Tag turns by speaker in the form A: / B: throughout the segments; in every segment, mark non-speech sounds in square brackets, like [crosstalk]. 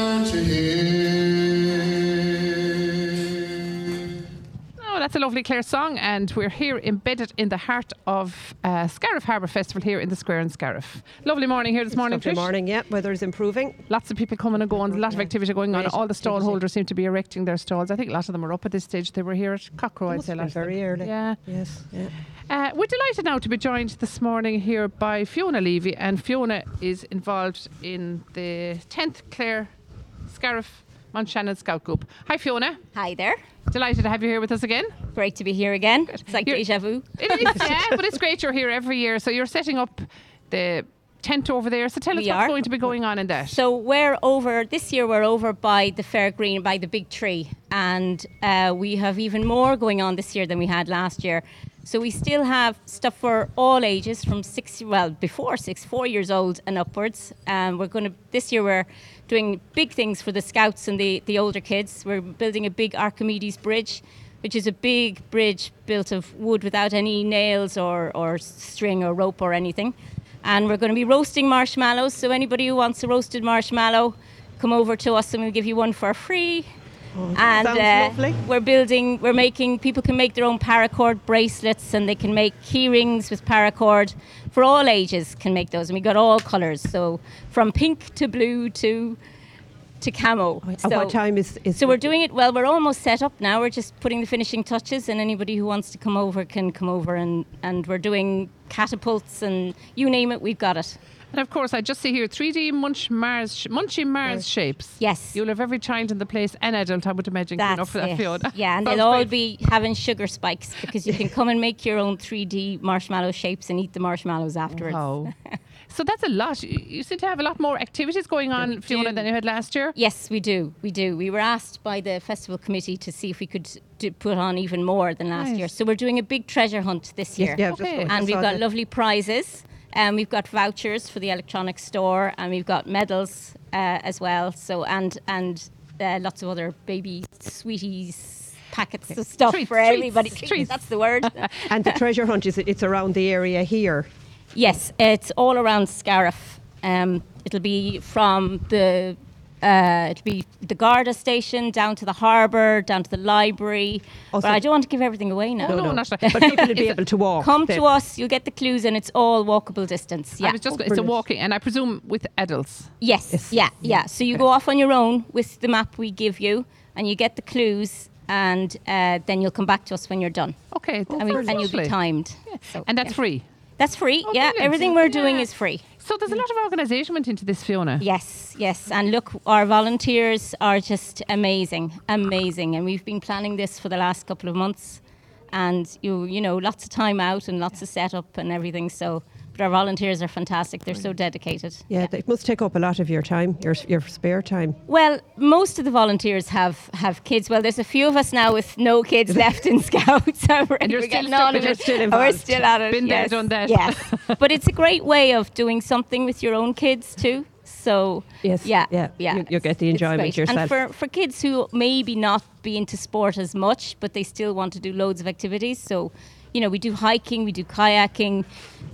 A: Oh, Claire Song, and we're here embedded in the heart of uh, Scariff Harbour Festival here in the square in Scariff. Lovely morning here this morning,
B: Lovely
A: Trish.
B: morning, yeah. Weather is improving.
A: Lots of people coming and going, a lot of activity going on.
B: Great
A: All the stall
B: activity.
A: holders seem to be erecting their stalls. I think a lot of them are up at this stage. They were here at Cockrow, I'd
B: Must
A: say,
B: have
A: last
B: been very early.
A: Yeah.
B: Yes. Yeah.
A: Uh, we're delighted now to be joined this morning here by Fiona Levy, and Fiona is involved in the 10th Clare Scariff Mount Shannon Scout Group. Hi, Fiona.
C: Hi there.
A: Delighted to have you here with us again.
C: Great to be here again. It's like
A: You're-
C: deja vu.
A: It is, yeah, but it's great you're here every year. So you're setting up the tent over there. So tell us
C: We
A: what's
C: are.
A: going to be going on in that.
C: So we're over this year. We're over by the fair green, by the big tree, and uh, we have even more going on this year than we had last year. So we still have stuff for all ages, from six, well, before six, four years old and upwards. And we're going to this year. We're doing big things for the scouts and the the older kids. We're building a big Archimedes bridge. Which is a big bridge built of wood without any nails or, or string or rope or anything. and we're going to be roasting marshmallows. So anybody who wants a roasted marshmallow, come over to us and we'll give you one for free. and
B: Oh,
C: uh,
B: sounds lovely.
C: we're building, we're making, people can make their own paracord bracelets and they can make key rings with paracord for all ages can make those. And we got all colours, so from pink to blue to to camo.
B: At what
C: So-
B: time is, is
C: so we're doing it well. We're almost set up now. We're just putting the finishing touches, and anybody who wants to come over can come over. And, and we're doing catapults and you name it, we've got it.
A: and of course, I just see here 3D Munch Mars, sh- Munchie Mars shapes.
C: Yes.
A: You'll have every child in the place and adult, I would imagine, queuing up
C: That's
A: for that, [laughs]
C: it.
A: Fiona.
C: Yeah, and
A: Sounds
C: they'll all
A: great.
C: be having sugar spikes because you can come and make your own 3D marshmallow shapes and eat the marshmallows afterwards.
A: Wow. Oh. [laughs]
C: [laughs]
A: so that's a lot. You- You seem to have a lot more activities going on, Fiona,
C: do.
A: than you had last year.
C: Yes, we do. We do. We were asked by the festival committee to see if we could do, put on even more than last
A: Nice.
C: year. So we're doing a big treasure hunt this year.
B: Yes, yeah, I've just
A: Okay.
B: noticed. I
C: and we've
B: saw
C: got
B: that.
C: lovely prizes. Um, we've got vouchers for the electronics store, and we've got medals uh, as well. So and and uh, lots of other baby sweeties packets of stuff
A: Treats,
C: for
A: treats,
C: [laughs] everybody.
A: treats.
C: That's the word.
B: And the treasure hunt is it's around the area here.
C: yes, it's all around Scariff. Um, it'll be from the uh, it'll be the Garda station down to the harbour, down to the library.
B: Oh,
C: but
B: so-
C: I don't want to give everything away now.
A: no, Oh, not sure.
B: But
A: [laughs]
B: people will be able to walk.
C: Come
B: then.
C: to us, you'll get the clues, and it's all walkable distance. Yeah.
A: I was just,
B: Oh,
A: it's a
B: brilliant.
A: walking, and I presume with adults.
C: Yes. Yeah. Yeah. So you go off on your own with the map we give you, and you get the clues, and uh, then you'll come back to us when you're done,
A: Okay. that's
C: and, we, Oh, and you'll
A: Oh, lovely.
C: be timed. So,
A: And that's
C: yeah.
A: free.
C: that's free.
A: Oh,
C: yeah.
A: brilliant.
C: Everything we're doing
A: Yeah.
C: is free.
A: So there's a lot of organisation went into this, Fiona.
C: Yes, yes. And look, our volunteers are just amazing, amazing. And we've been planning this for the last couple of months. And you, you know, lots of time out and lots of setup and everything. So, but our volunteers are fantastic. They're so dedicated.
B: Yeah, it must take up a lot of your time, your your spare time.
C: Well, most of the volunteers have, have kids. Well, there's a few of us now with no
A: [laughs]
C: kids left in Scouts. [laughs] and we're
A: you're still
C: getting
A: stuck-
C: on
A: but
C: it.
A: you're still
C: Oh, We're
B: involved.
C: still at it.
A: Been there,
C: yes,
A: done that. [laughs]
C: Yes. but it's a great way of doing something with your own kids too. So
B: Yes,
C: yeah,
B: yeah.
C: yeah.
B: You- you get the
C: it's- it's
B: enjoyment
C: great.
B: yourself.
C: And for, for kids who maybe not be into sport as much, but they still want to do loads of activities. So, you know, we do hiking, we do kayaking,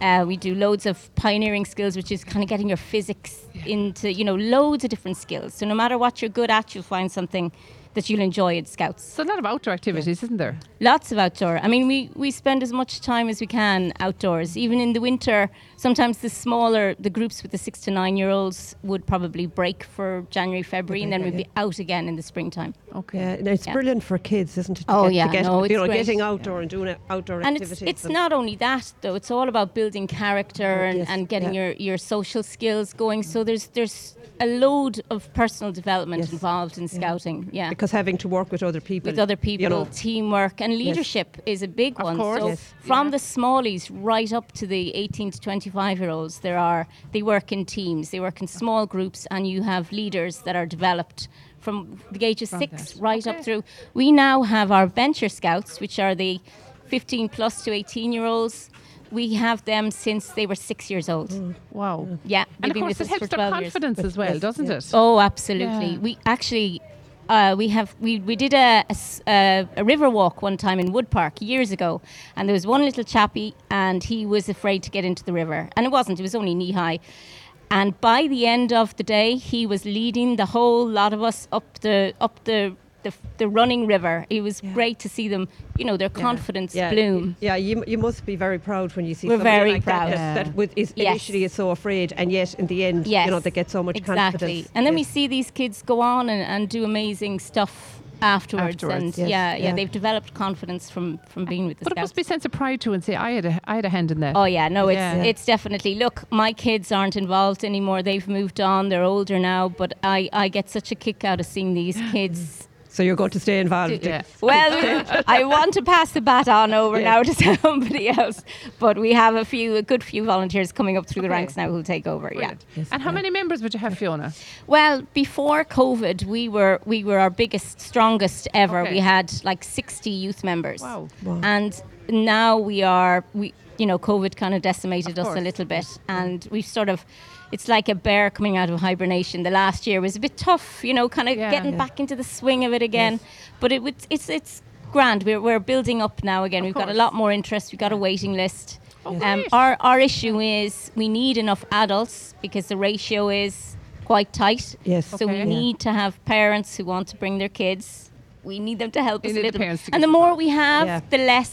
C: uh, we do loads of pioneering skills, which is kind of getting your physics into, you know, loads of different skills. So no matter what you're good at, you'll find something that you'll enjoy at Scouts.
A: So a lot of outdoor activities, isn't there?
C: Lots of outdoor. I mean, we, we spend as much time as we can outdoors. Even in the winter, sometimes the smaller, the groups with the six to nine year olds would probably break for January, February, and then we'd be out again in the springtime.
A: Okay.
B: Yeah, and it's
C: Yeah.
B: brilliant for kids, isn't it? to
C: Oh,
B: get- to
C: yeah,
B: get-
C: no,
B: you
C: it's
B: know,
C: great.
B: getting outdoor and doing outdoor
C: And it's,
B: activities.
C: it's
B: and-
C: not only that, though, it's all about building character and,
B: yes,
C: and getting
B: yeah.
C: your, your social skills going. So there's, there's a load of personal development
B: Yes.
C: involved in scouting. Yeah.
B: because having to work with other people,
C: with other people,
B: you know,
C: teamwork and leadership is a big one.
A: course.
C: So
A: Yes.
C: from the smallies right up to the 18 to 25 year olds, there are they work in teams, they work in small groups, and you have leaders that are developed from the age of six right up through. We now have our venture scouts, which are the 15 plus to 18 year olds. We have them since they were six years old.
A: Wow.
C: Yeah, they've
A: Mm. And of
C: been
A: course,
C: with
A: it
C: us
A: helps
C: for
A: their
C: 12 years.
A: confidence as well, doesn't it?
C: Oh, absolutely.
A: Yeah.
C: We actually, uh, we have we, we did a, a s- a- a river walk one time in Wood Park years ago, and there was one little chappie, and he was afraid to get into the river, and it wasn't. It was only knee high. And by the end of the day, he was leading the whole lot of us up the up the the, the running river. It was great to see them, you know, their confidence bloom.
B: Yeah, you, you must be very proud when you see
C: We're
B: somebody
C: very
B: like
C: proud.
B: that, that,
A: Yeah.
B: that with, is
C: Yes.
B: initially is so afraid, and yet in the end,
C: Yes.
B: you know, they get so much
C: exactly.
B: confidence.
C: And then
B: Yeah.
C: we see these kids go on and, and do amazing stuff afterwards.
A: Afterwards,
C: and
B: yes,
C: yeah, yeah,
B: yeah.
C: they've developed confidence from, from being with the
A: But it
C: Scouts.
A: must be a sense of pride too, and say I had a I had a hand in that.
C: Oh yeah, no, it's
A: Yeah.
C: it's definitely. Look, my kids aren't involved anymore. They've moved on. They're older now, but I I get such a kick out of seeing these kids.
B: So you're going to stay involved.
A: Yeah.
C: Well, [laughs] I want to pass the baton over now to [laughs] somebody else, but we have a few, a good few volunteers coming up through the
A: Okay.
C: ranks now who'll take over. Yeah.
A: Brilliant. and how many members would you have, Fiona?
C: Well, before COVID, we were we were our biggest, strongest ever.
A: Okay.
C: We had like 60 youth members.
A: Wow.
B: Wow.
C: And now we are we you know COVID kind of decimated
A: Of
C: us a
A: course.
C: little bit, and we've sort of. It's like a bear coming out of hibernation. The last year was a bit tough, you know, kind of
A: Yeah.
C: getting
A: Yeah.
C: back into the swing of it again. But it, would- it's it's grand. We're, we're building up now again. We've got a
A: course.
C: lot more interest. We've got a waiting list.
A: Oh,
C: Um,
A: great.
C: our, our issue is we need enough adults because the ratio is quite tight.
B: Yes.
C: So we
A: Okay. Yeah.
C: need to have parents who want to bring their kids. We need them to help
A: You
C: us
A: need
C: a
A: the
C: little.
A: parents to
C: and
A: get
C: the more we have,
B: Yeah.
C: the less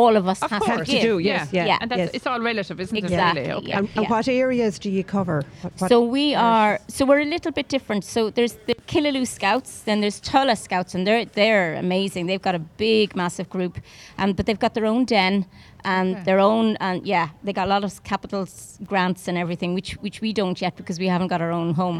C: all of us
A: Of
C: have
A: course. Have
C: to
A: to
C: give.
B: do, yes, yeah,
A: And that's,
B: yes.
A: it's all relative, isn't
C: Exactly,
A: it? Really? Okay.
C: yeah.
B: And, and what areas do you cover? What, what-
C: So we are. So we're a little bit different. So there's the Killaloo Scouts, then there's Tulla Scouts, and they're they're amazing. They've got a big, massive group, um, but they've got their own den and
A: Okay.
C: their own, and yeah, they got a lot of capital s- grants and everything, which which we don't yet because we haven't got our own home.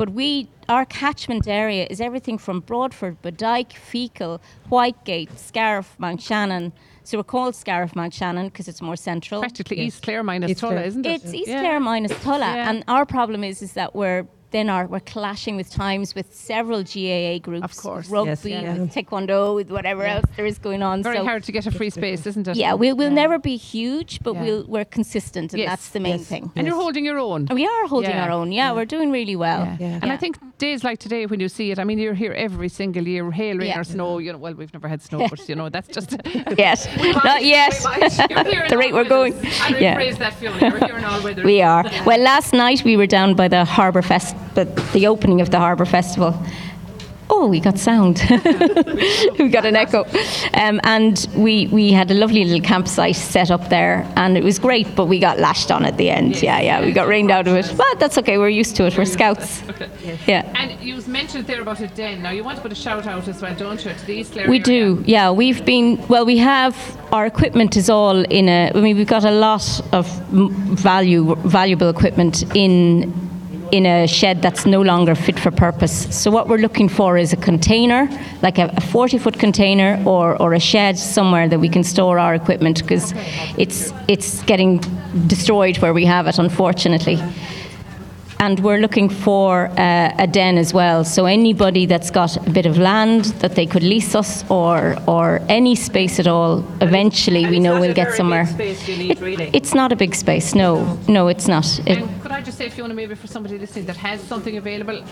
C: But we our catchment area is everything from Broadford, Badike, Fecal, Whitegate, Scariff, Mount Shannon. So we're called Scariff Mount Shannon because it's more central.
A: Practically East Clare minus
B: East
A: Tulla,
B: Clare.
A: isn't it?
C: It's East
A: Yeah.
C: Clare minus Tulla,
A: Yeah.
C: and our problem is is that we're then are we're clashing with times with several GAA groups,
A: Of course.
C: with rugby,
B: Yes, yeah.
C: with taekwondo, with whatever else there is going on.
A: Very
C: so
A: hard to get a free space, isn't it?
C: yeah, we will never be huge, but
A: Yeah.
C: we'll we're consistent, and
A: Yes,
C: that's the main
B: yes.
C: thing.
A: And you're
B: Yes.
A: holding your own.
C: And we are holding
A: Yeah.
C: our own. Oh, Yeah, we're doing really well.
A: Yeah.
B: Yeah.
A: And I think days like today, when you see it, I mean, you're here every single year, hail, rain,
C: Yeah.
A: or snow. You know, well, we've never had snow, but you know, that's
C: [laughs]
A: just
C: Yes, not yet.
A: [laughs]
C: [laughs] the rate we're going. Yeah.
A: that, Fiona. We're here in all weather.
C: [laughs] We are. Well, last night we were down by the Harbour Fest, the, the opening of the Harbour Festival. Oh, we got sound. [laughs] we got an echo. Um, and we, we had a lovely little campsite set up there, and it was great, but we got lashed on at the end. Yeah, yeah, we got rained out of it. But that's okay, we're used to it, we're scouts. Yeah.
A: And you mentioned there about a den. Now, you want to put a shout out as well, don't you, to the East Clare
C: We
A: area?
C: do, yeah. We've been, well, we have, our equipment is all in a, I mean, we've got a lot of m- value, valuable equipment in, in a shed that's no longer fit for purpose. So what we're looking for is a container, like a, a 40 foot container or, or a shed somewhere that we can store our equipment because it's, it's getting destroyed where we have it, unfortunately. And we're looking for uh, a den as well. So anybody that's got a bit of land that they could lease us, or or any space at all, eventually we know we'll get somewhere. It's not a big space. No, no, it's not. It-
A: And could I just say, Fiona, maybe for somebody listening that has something available?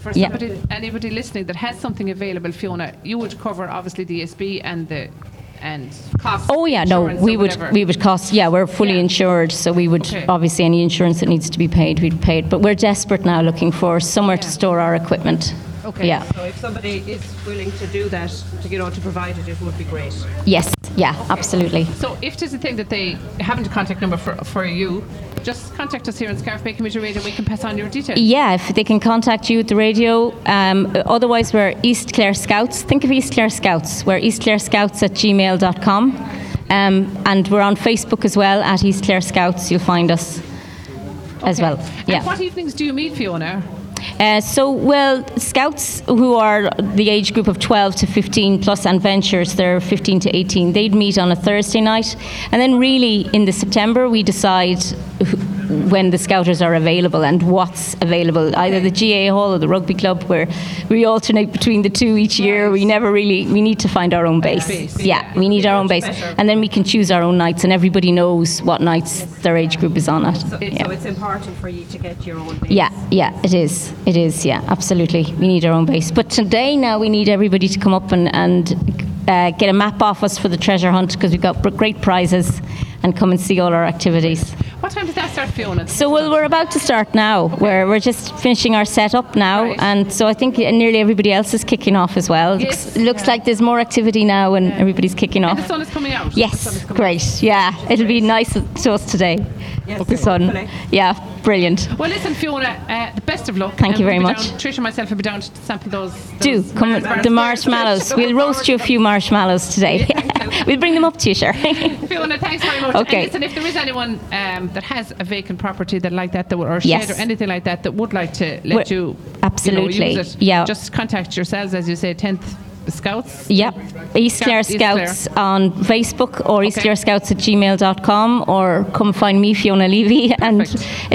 A: For
C: Yeah.
A: somebody, anybody listening that has something available, Fiona, you would cover obviously the ESB and the and cost.
C: oh yeah, no,
A: insurance
C: we
A: or
C: would
A: whatever.
C: we would cost. Yeah, we're fully
A: Yeah.
C: insured, so we would
A: Okay.
C: obviously any insurance that needs to be paid, we'd pay it. But we're desperate now, looking for somewhere to store our equipment.
A: Okay.
C: Yeah.
B: So if somebody is willing to do that, to, you know, to provide it, it would be great.
C: Yes. Yeah. Absolutely.
A: So if there's a thing that they haven't a contact number for for you, just contact us here on Scarf Bay Community Radio. We can pass on your details.
C: Yeah, if they can contact you at the radio. Um, otherwise, we're East Clare Scouts. Think of East Clare Scouts. We're East Clare Scouts at gmail.com. Um, and we're on Facebook as well, at East Clare Scouts. You'll find us as well. Yeah.
A: And what evenings do you meet, Fiona?
C: Uh, so, well, scouts who are the age group of 12 to 15 plus and ventures, they're 15 to 18, they'd meet on a Thursday night. And then, really, in the September, we decide who, when the scouters are available and what's available, either the GA Hall or the Rugby Club, where we alternate between the two each year. We never really, we need to find our own base.
A: Base,
C: yeah, we need our own base. And then we can choose our own nights, and everybody knows what nights their age group is on at. Yeah.
D: So it's important for you to get your own base.
C: Yeah, yeah, it is. It is, yeah, absolutely. We need our own base. But today now we need everybody to come up and, and uh, get a map off us for the treasure hunt because we've got br- great prizes and come and see all our activities.
A: What time does that start, Fiona?
C: So well, we're about to start now. We're, we're just finishing our setup now,
A: Right.
C: and so I think uh, nearly everybody else is kicking off as well.
A: Yes.
C: Looks, looks like there's more activity now, and everybody's kicking
A: And the
C: off.
A: sun is coming out. The sun
C: Yes,
A: is coming
C: great. Yeah, it'll be nice to us today. The sun.
D: hopefully.
C: Yeah, brilliant.
A: out. Well, listen, Fiona, uh, the best of luck.
C: Thank
A: and
C: you
A: we'll
C: very
A: be
C: much.
A: Down, Trish and myself will be down to sample those.
C: Do
A: those
C: come the marshmallows. We'll roast you a few marshmallows today. [laughs] we'll bring them up to
A: [laughs]
C: you, sure.
A: Fiona, thanks very much.
C: Okay.
A: And listen, if there is anyone um, that has a vacant property that like that, that would, or
C: Yes.
A: shed or anything like that, that would like to let
C: Well,
A: you you know,
C: absolutely.
A: use it,
C: Yeah.
A: just contact yourselves, as you say, tenth scouts.
C: Yep. East Clare
A: East Clare.
C: Scouts on Facebook or East
A: Okay.
C: Clare Scouts at gmail.com or come find me, Fiona Levy. [laughs] And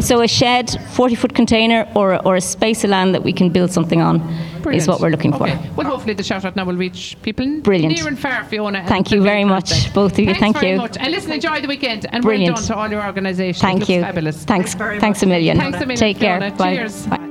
C: so a shed, 40 foot container or, or a space of land that we can build something on is
A: Brilliant.
C: what we're looking for.
A: Okay. Well, hopefully the shout out now will reach people
C: Brilliant.
A: near and far, Fiona. and
C: Thank you
A: they'll be
C: very
A: in
C: much,
A: contact.
C: both of you.
A: Thanks
C: Thank
A: very
C: you.
A: Much. And listen, enjoy the weekend and
C: Brilliant.
A: well done to all your organisations.
C: Thank
A: Looks
C: you.
A: Fabulous.
C: Thanks.
D: very
C: Thanks
D: much.
C: a million.
A: Thanks a million,
C: Take care.
A: Fiona.
C: Bye.
A: Cheers.
C: Bye.